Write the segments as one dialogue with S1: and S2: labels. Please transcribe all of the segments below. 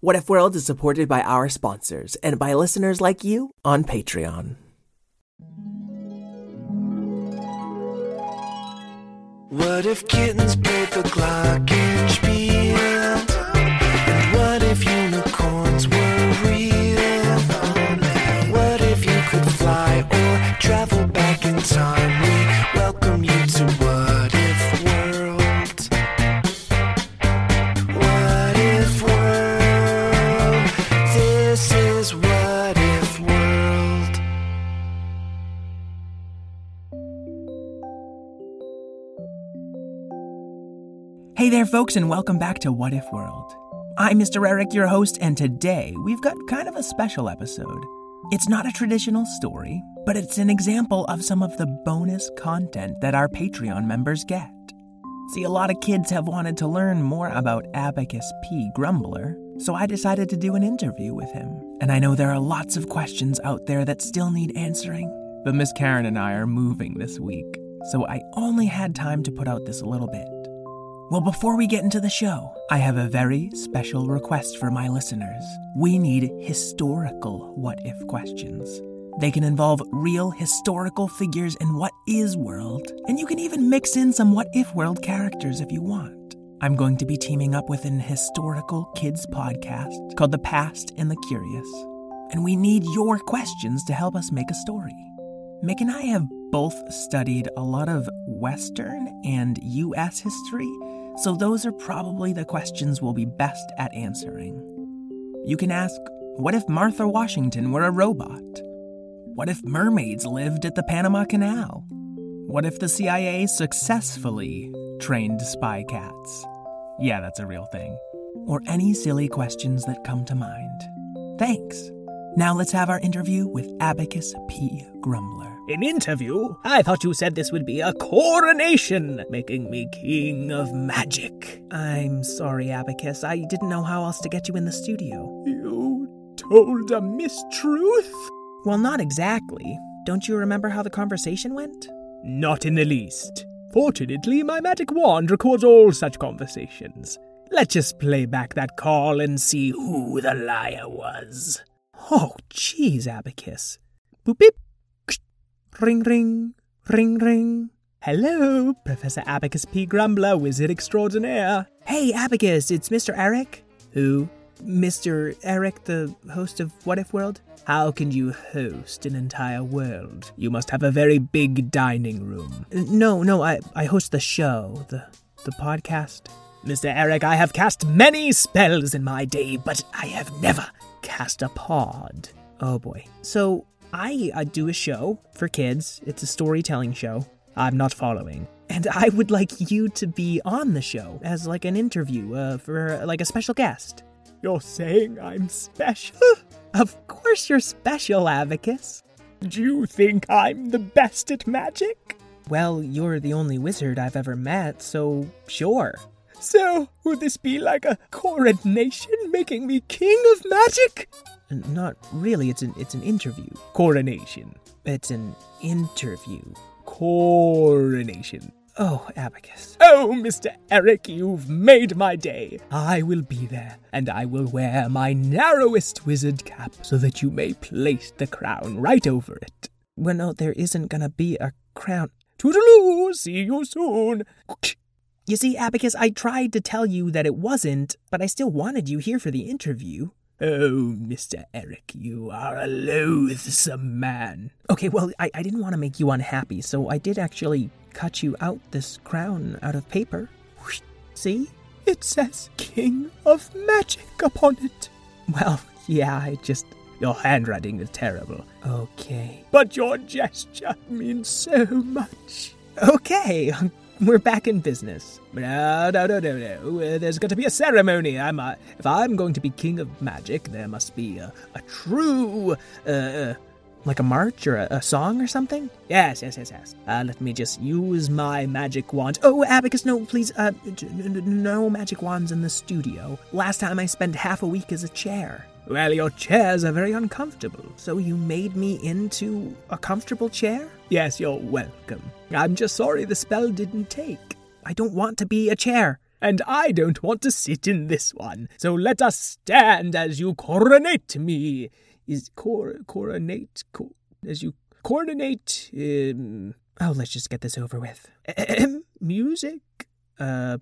S1: What If World is supported by our sponsors and by listeners like you on Patreon.
S2: What if kittens played the glockenspiel? And what if unicorns were real? What if you could fly or travel back in time? We welcome you to What If World. What if world? This is what if world.
S1: Hey there, folks, and welcome back to What If World. I'm Mr. Eric, your host, and today we've got kind of a special episode. It's not a traditional story, but it's an example of some of the bonus content that our Patreon members get. See, a lot of kids have wanted to learn more about Abacus P. Grumbler, so I decided to do an interview with him. And I know there are lots of questions out there that still need answering, but Miss Karen and I are moving this week, so I only had time to put out this little bit. Well, before we get into the show, I have a very special request for my listeners. We need historical what if questions. They can involve real historical figures in What Is World, and you can even mix in some What If World characters if you want. I'm going to be teaming up with an historical kids podcast called The Past and the Curious, and we need your questions to help us make a story. Mick and I have both studied a lot of Western and US history, so those are probably the questions we'll be best at answering. You can ask, what if Martha Washington were a robot? What if mermaids lived at the Panama Canal? What if the CIA successfully trained spy cats? Yeah, that's a real thing. Or any silly questions that come to mind. Thanks. Now let's have our interview with Abacus P. Grumbler.
S3: An interview? I thought you said this would be a coronation, making me king of magic.
S1: I'm sorry, Abacus. I didn't know how else to get you in the studio.
S3: You told a mistruth?
S1: Well, not exactly. Don't you remember how the conversation went?
S3: Not in the least. Fortunately, my magic wand records all such conversations. Let's just play back that call and see who the liar was.
S1: Oh, jeez, Abacus. Boop beep. Ksh. Ring ring. Ring ring.
S3: Hello, Professor Abacus P. Grumbler, Wizard Extraordinaire.
S1: Hey, Abacus, it's Mr. Eric.
S3: Who?
S1: Mr. Eric, the host of What If World?
S3: How can you host an entire world? You must have a very big dining room.
S1: N- No, no, I, I host the show, the, the podcast.
S3: Mr. Eric, I have cast many spells in my day, but I have never cast a pod.
S1: Oh boy.
S3: So, I uh, do a show for kids. It's a storytelling show. I'm not following.
S1: And I would like you to be on the show as like an interview, uh, for like a special guest.
S3: You're saying I'm special?
S1: Of course you're special, Abacus.
S3: Do you think I'm the best at magic?
S1: Well, you're the only wizard I've ever met, so sure.
S3: So, would this be like a coronation making me king of magic?
S1: N- Not really, it's an it's an interview.
S3: Coronation.
S1: It's an interview.
S3: Coronation.
S1: Oh, Abacus.
S3: Oh, Mr. Eric, you've made my day. I will be there, and I will wear my narrowest wizard cap so that you may place the crown right over it.
S1: Well, no, there isn't gonna be a crown.
S3: Toodaloo, see you soon.
S1: You see, Abacus, I tried to tell you that it wasn't, but I still wanted you here for the interview.
S3: Oh, Mr. Eric, you are a loathsome man.
S1: Okay, well, I, I didn't want to make you unhappy, so I did actually cut you out this crown out of paper. Whoosh. See?
S3: It says King of Magic upon it.
S1: Well, yeah, I just.
S3: Your handwriting is terrible,
S1: Okay.
S3: but your gesture means so much.
S1: Okay, we're back in business.
S3: No, no, no, no, no. Uh, there's got to be a ceremony. I'm, uh, if I'm going to be king of magic, there must be a, a true. Uh, uh,
S1: Like a march or a, a song or something?
S3: yes, yes, yes, yes. Uh, let me just use my magic wand. Oh,
S1: Oh, Abacus, no, please, uh, d- n- n- no magic wands in the studio. Last time I spent half a week as a chair.
S3: well, your chairs are very uncomfortable.
S1: So you made me into a comfortable chair?
S3: Yes, you're welcome. I'm just sorry the spell didn't take.
S1: I don't want to be a chair. and I don't want to sit in this one. So let us stand as you coronate me. Is cor coronate cor- as you coronate? Um, oh, let's just get this over with. Ahem. Music. Uh,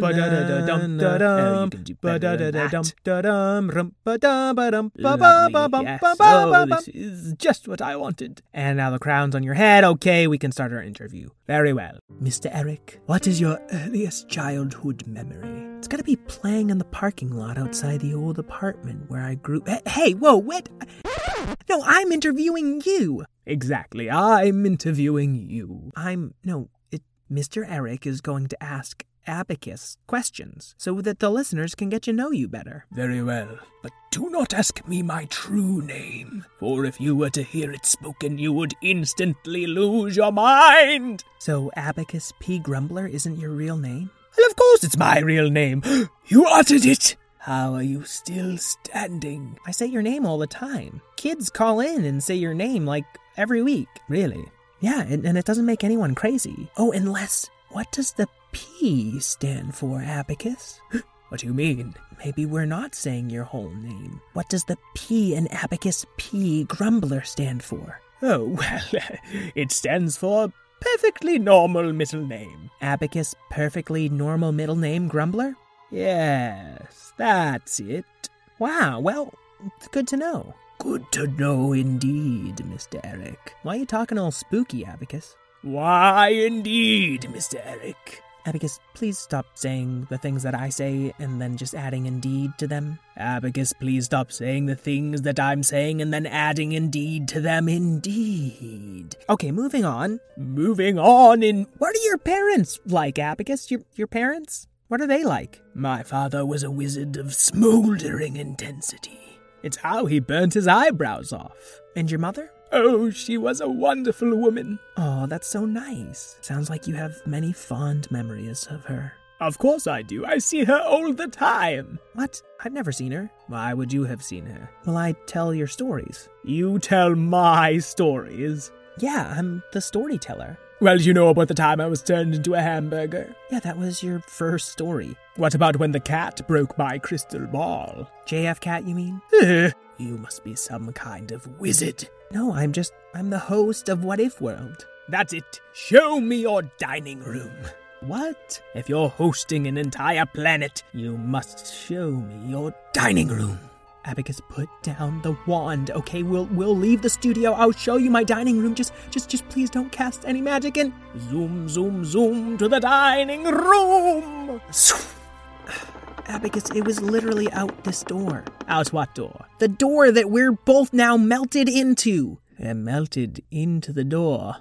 S4: Ba-da-da-da-dum-da-dum.
S1: Oh, you can do better than that.
S4: Ba-da-da-da-dum-da-dum. Rum-ba-dum-ba-dum.
S1: Lovely, yes. Oh,
S4: Ba-ba-ba-bum-ba-ba-ba-bum.
S1: this is just what I wanted. And now the crown's on your head. Okay, we can start our interview. Very well.
S5: Mr. Eric, what is your earliest childhood memory? It's gotta be playing in the parking lot outside the old apartment where I grew. Hey, Hey, whoa, wait! No, I'm interviewing you.
S1: Exactly. I'm interviewing you.
S5: I'm no. It, Mr. Eric is going to ask Abacus questions so that the listeners can get to know you better.
S1: Very well. But do not ask me my true name, for if you were to hear it spoken, you would instantly lose your mind.
S5: So Abacus P. Grumbler isn't your real name?
S1: Well, of course it's my real name. You uttered it. How are you still standing?
S5: I say your name all the time. Kids call in and say your name like every week.
S1: Really?
S5: Yeah, and, and it doesn't make anyone crazy. Oh, unless what does the P stand for, Abacus?
S1: What do you mean?
S5: Maybe we're not saying your whole name. What does the P in Abacus P Grumbler stand for?
S1: Oh, well, it stands for perfectly normal middle name.
S5: Abacus perfectly normal middle name Grumbler?
S1: Yes, that's it.
S5: Wow, well, it's good to know.
S1: Good to know indeed, Mr. Eric.
S5: Why are you talking all spooky, Abacus?
S1: Why indeed, Mr. Eric.
S5: Abacus, please stop saying the things that I say and then just adding indeed to them.
S1: Abacus, please stop saying the things that I'm saying and then adding indeed to them indeed.
S5: Okay, moving on.
S1: Moving on in.
S5: What are your parents like, Abacus? Your your parents? What are they like?
S1: My father was a wizard of smoldering intensity. It's how he burnt his eyebrows off.
S5: And your mother?
S1: Oh, she was a wonderful woman.
S5: Oh, that's so nice. Sounds like you have many fond memories of her.
S1: Of course I do. I see her all the time.
S5: What? I've never seen her.
S1: Why would you have seen her?
S5: Will I tell your stories?
S1: You tell my stories.
S5: Yeah, I'm the storyteller.
S1: Well, you know about the time I was turned into a hamburger.
S5: Yeah, that was your first story.
S1: What about when the cat broke my crystal ball?
S5: JF Cat, you mean?
S1: You must be some kind of wizard.
S5: No, I'm just I'm the host of What If World.
S1: That's it. Show me your dining room. What? If you're hosting an entire planet, you must show me your dining room.
S5: Abacus, put down the wand. Okay, we'll we'll leave the studio. I'll show you my dining room. Just just just please don't cast any magic and
S1: Zoom, zoom, zoom to the dining room.
S5: Abacus, it was literally out this door.
S1: Out what door?
S5: The door that we're both now melted into.
S1: They're melted into the door.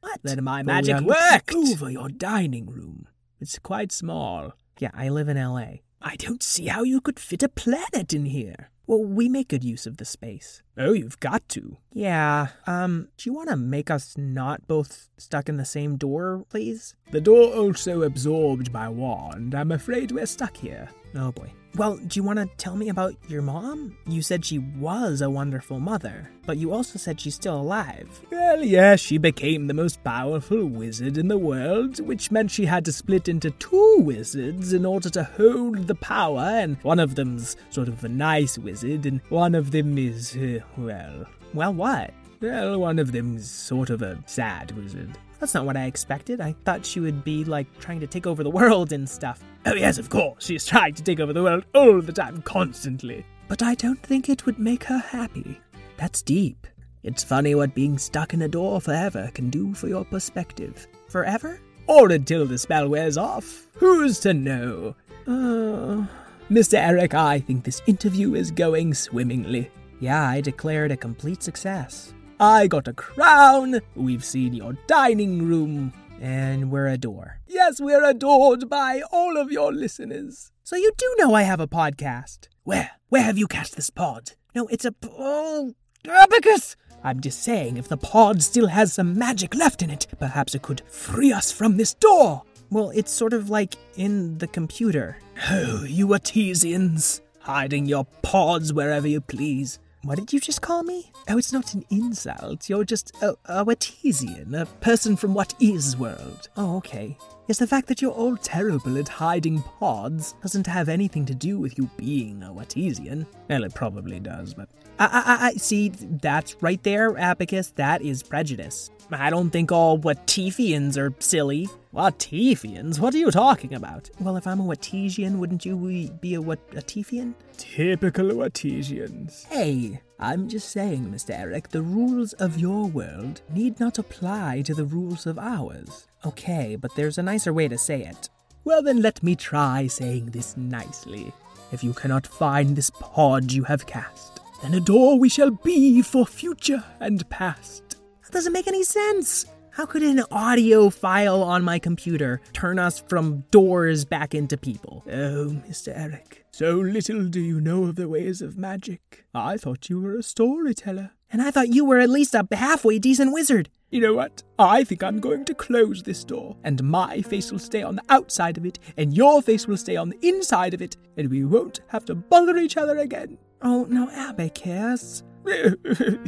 S5: What?
S1: Then my
S5: But we
S1: magic
S5: are looking
S1: worked.
S5: Over.
S1: your dining room. It's quite small.
S5: Yeah, I live in LA.
S1: I don't see how you could fit a planet in here.
S5: Well, we make good use of the space.
S1: Oh, you've got to.
S5: Yeah. Um, do you want to make us not both stuck in the same door, please?
S1: The door also absorbed my wand. I'm afraid we're stuck here.
S5: Oh boy. Well, do you want to tell me about your mom? You said she was a wonderful mother, but you also said she's still alive.
S1: Well, yes, she became the most powerful wizard in the world, which meant she had to split into two wizards in order to hold the power, and one of them's sort of a nice wizard, and one of them is, uh, well,
S5: Well, what?
S1: well, one of them's sort of a sad wizard.
S5: That's not what I expected. I thought she would be like trying to take over the world and stuff.
S1: Oh, yes, of course, she's trying to take over the world all the time, constantly.
S5: But I don't think it would make her happy. That's deep. It's funny what being stuck in a door forever can do for your perspective. Forever?
S1: Or until the spell wears off. Who's to know?
S5: Uh,
S1: Mr. Eric, I think this interview is going swimmingly.
S5: yeah, I declared a complete success.
S1: I got a crown. We've seen your dining room.
S5: And we're a door.
S1: Yes, we're adored by all of your listeners.
S5: So you do know I have a podcast.
S1: Where? Where have you cast this pod?
S5: No, it's a. p- Oh,
S1: Abacus!
S5: I'm just saying, if the pod still has some magic left in it, perhaps it could.
S1: Free us from this door!
S5: Well, it's sort of like in the computer.
S1: Oh, you Artesians, hiding your pods wherever you please.
S3: What did you just call me? Oh, it's not an insult. You're just a, a Wetesian, a person from what is world. Oh, okay. Yes, the fact that you're all terrible at hiding pods doesn't have anything to do with you being a Wetesian. Well, it probably does, but. I, I, I, I- see, that's right there, Abacus. That is prejudice. I don't think all Watifians are silly. Watifians? What are you talking about? Well, if I'm a Watesian, wouldn't you be a Watifian?
S4: Typical Watesians.
S1: Hey, I'm just saying, Mr. Eric, the rules of your world need not apply to the rules of ours. Okay, but there's a nicer way to say it.
S3: Well, then let me try saying this nicely. If you cannot find this pod you have cast, then a door we shall be for future and past.
S1: That doesn't make any sense. How could an audio file on my computer turn us from doors back into people?
S3: Oh, Mr. Eric, so little do you know of the ways of magic. I thought you were a storyteller.
S1: And I thought you were at least a halfway decent wizard.
S3: You know what? I think I'm going to close this door, and my face will stay on the outside of it, and your face will stay on the inside of it, and we won't have to bother each other again.
S1: Oh, no, Abacus.
S4: I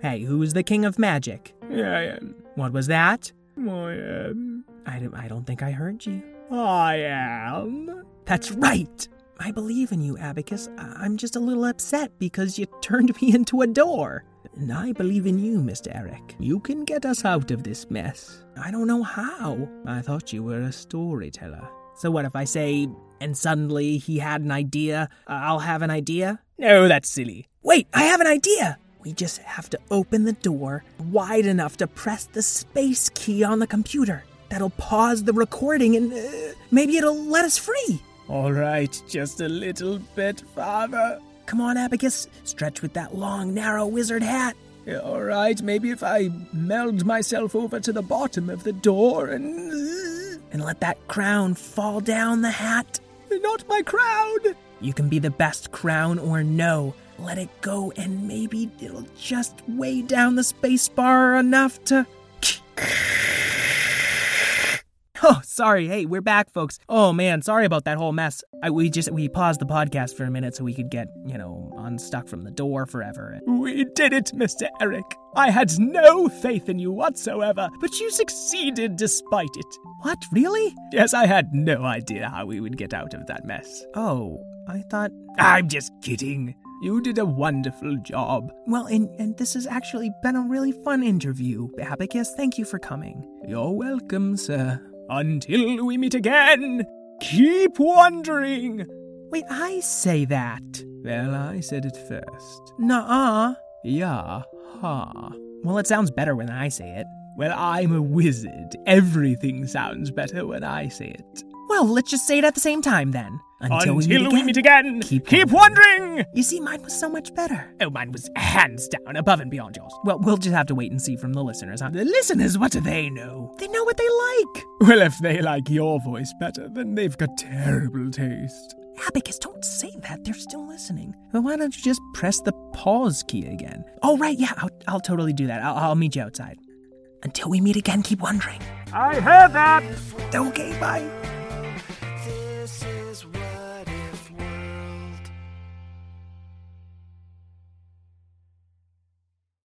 S1: Hey, who's the king of magic?
S4: am.
S1: What was that?
S4: I am.
S1: I don't, I don't think I heard you.
S4: I am.
S1: That's right. I believe in you, Abacus. I- I'm just a little upset because you turned me into a door. And I believe in you, Mr. Eric. You can get us out of this mess. I don't know how. I thought you were a storyteller. So what if I say, and suddenly he had an idea? Uh, I'll have an idea?
S3: No, that's silly.
S1: Wait, I have an idea! We just have to open the door wide enough to press the space key on the computer. That'll pause the recording and uh, maybe it'll let us free.
S4: All right, just a little bit farther.
S1: Come on, Abacus, stretch with that long, narrow wizard hat.
S4: All right, maybe if I meld myself over to the bottom of the door and. uh,
S1: And let that crown fall down the hat.
S4: Not my crowd!
S1: You can be the best crown or no. Let it go, and maybe it'll just weigh down the space bar enough to. Oh, sorry. Hey, we're back, folks. Oh man, sorry about that whole mess. I, we just we paused the podcast for a minute so we could get you know unstuck from the door forever.
S4: We did it, Mr. Eric. I had no faith in you whatsoever, but you succeeded despite it.
S1: What? Really?
S4: Yes, I had no idea how we would get out of that mess.
S1: Oh, I thought.
S4: I'm just kidding. You did a wonderful job.
S1: Well, and, and this has actually been a really fun interview, Abacus. Thank you for coming.
S4: You're welcome, sir. Until we meet again, keep wandering.
S1: Wait, I say that.
S4: Well, I said it first.
S1: Nuh uh.
S4: Yeah, ha.
S1: Well, it sounds better when I say it.
S4: Well, I'm a wizard. Everything sounds better when I say it.
S1: Well, let's just say it at the same time then. Until,
S4: we meet again,
S1: Keep
S4: keep,
S1: wandering.
S4: wandering.
S1: You see, mine was so much better.
S4: Oh, mine was hands down above and beyond yours.
S1: Well, we'll just have to wait and see from the listeners, huh?
S4: The listeners, what do they know?
S1: They know what they like.
S4: Well, if they like your voice better, then they've got terrible taste.
S1: Abacus, don't say that. They're still listening. Well, why don't you just press the pause key again? Oh, right, yeah, I'll, I'll totally do that. I'll, I'll meet you outside. Until we meet again, keep wondering.
S4: I heard that.
S1: Okay, bye.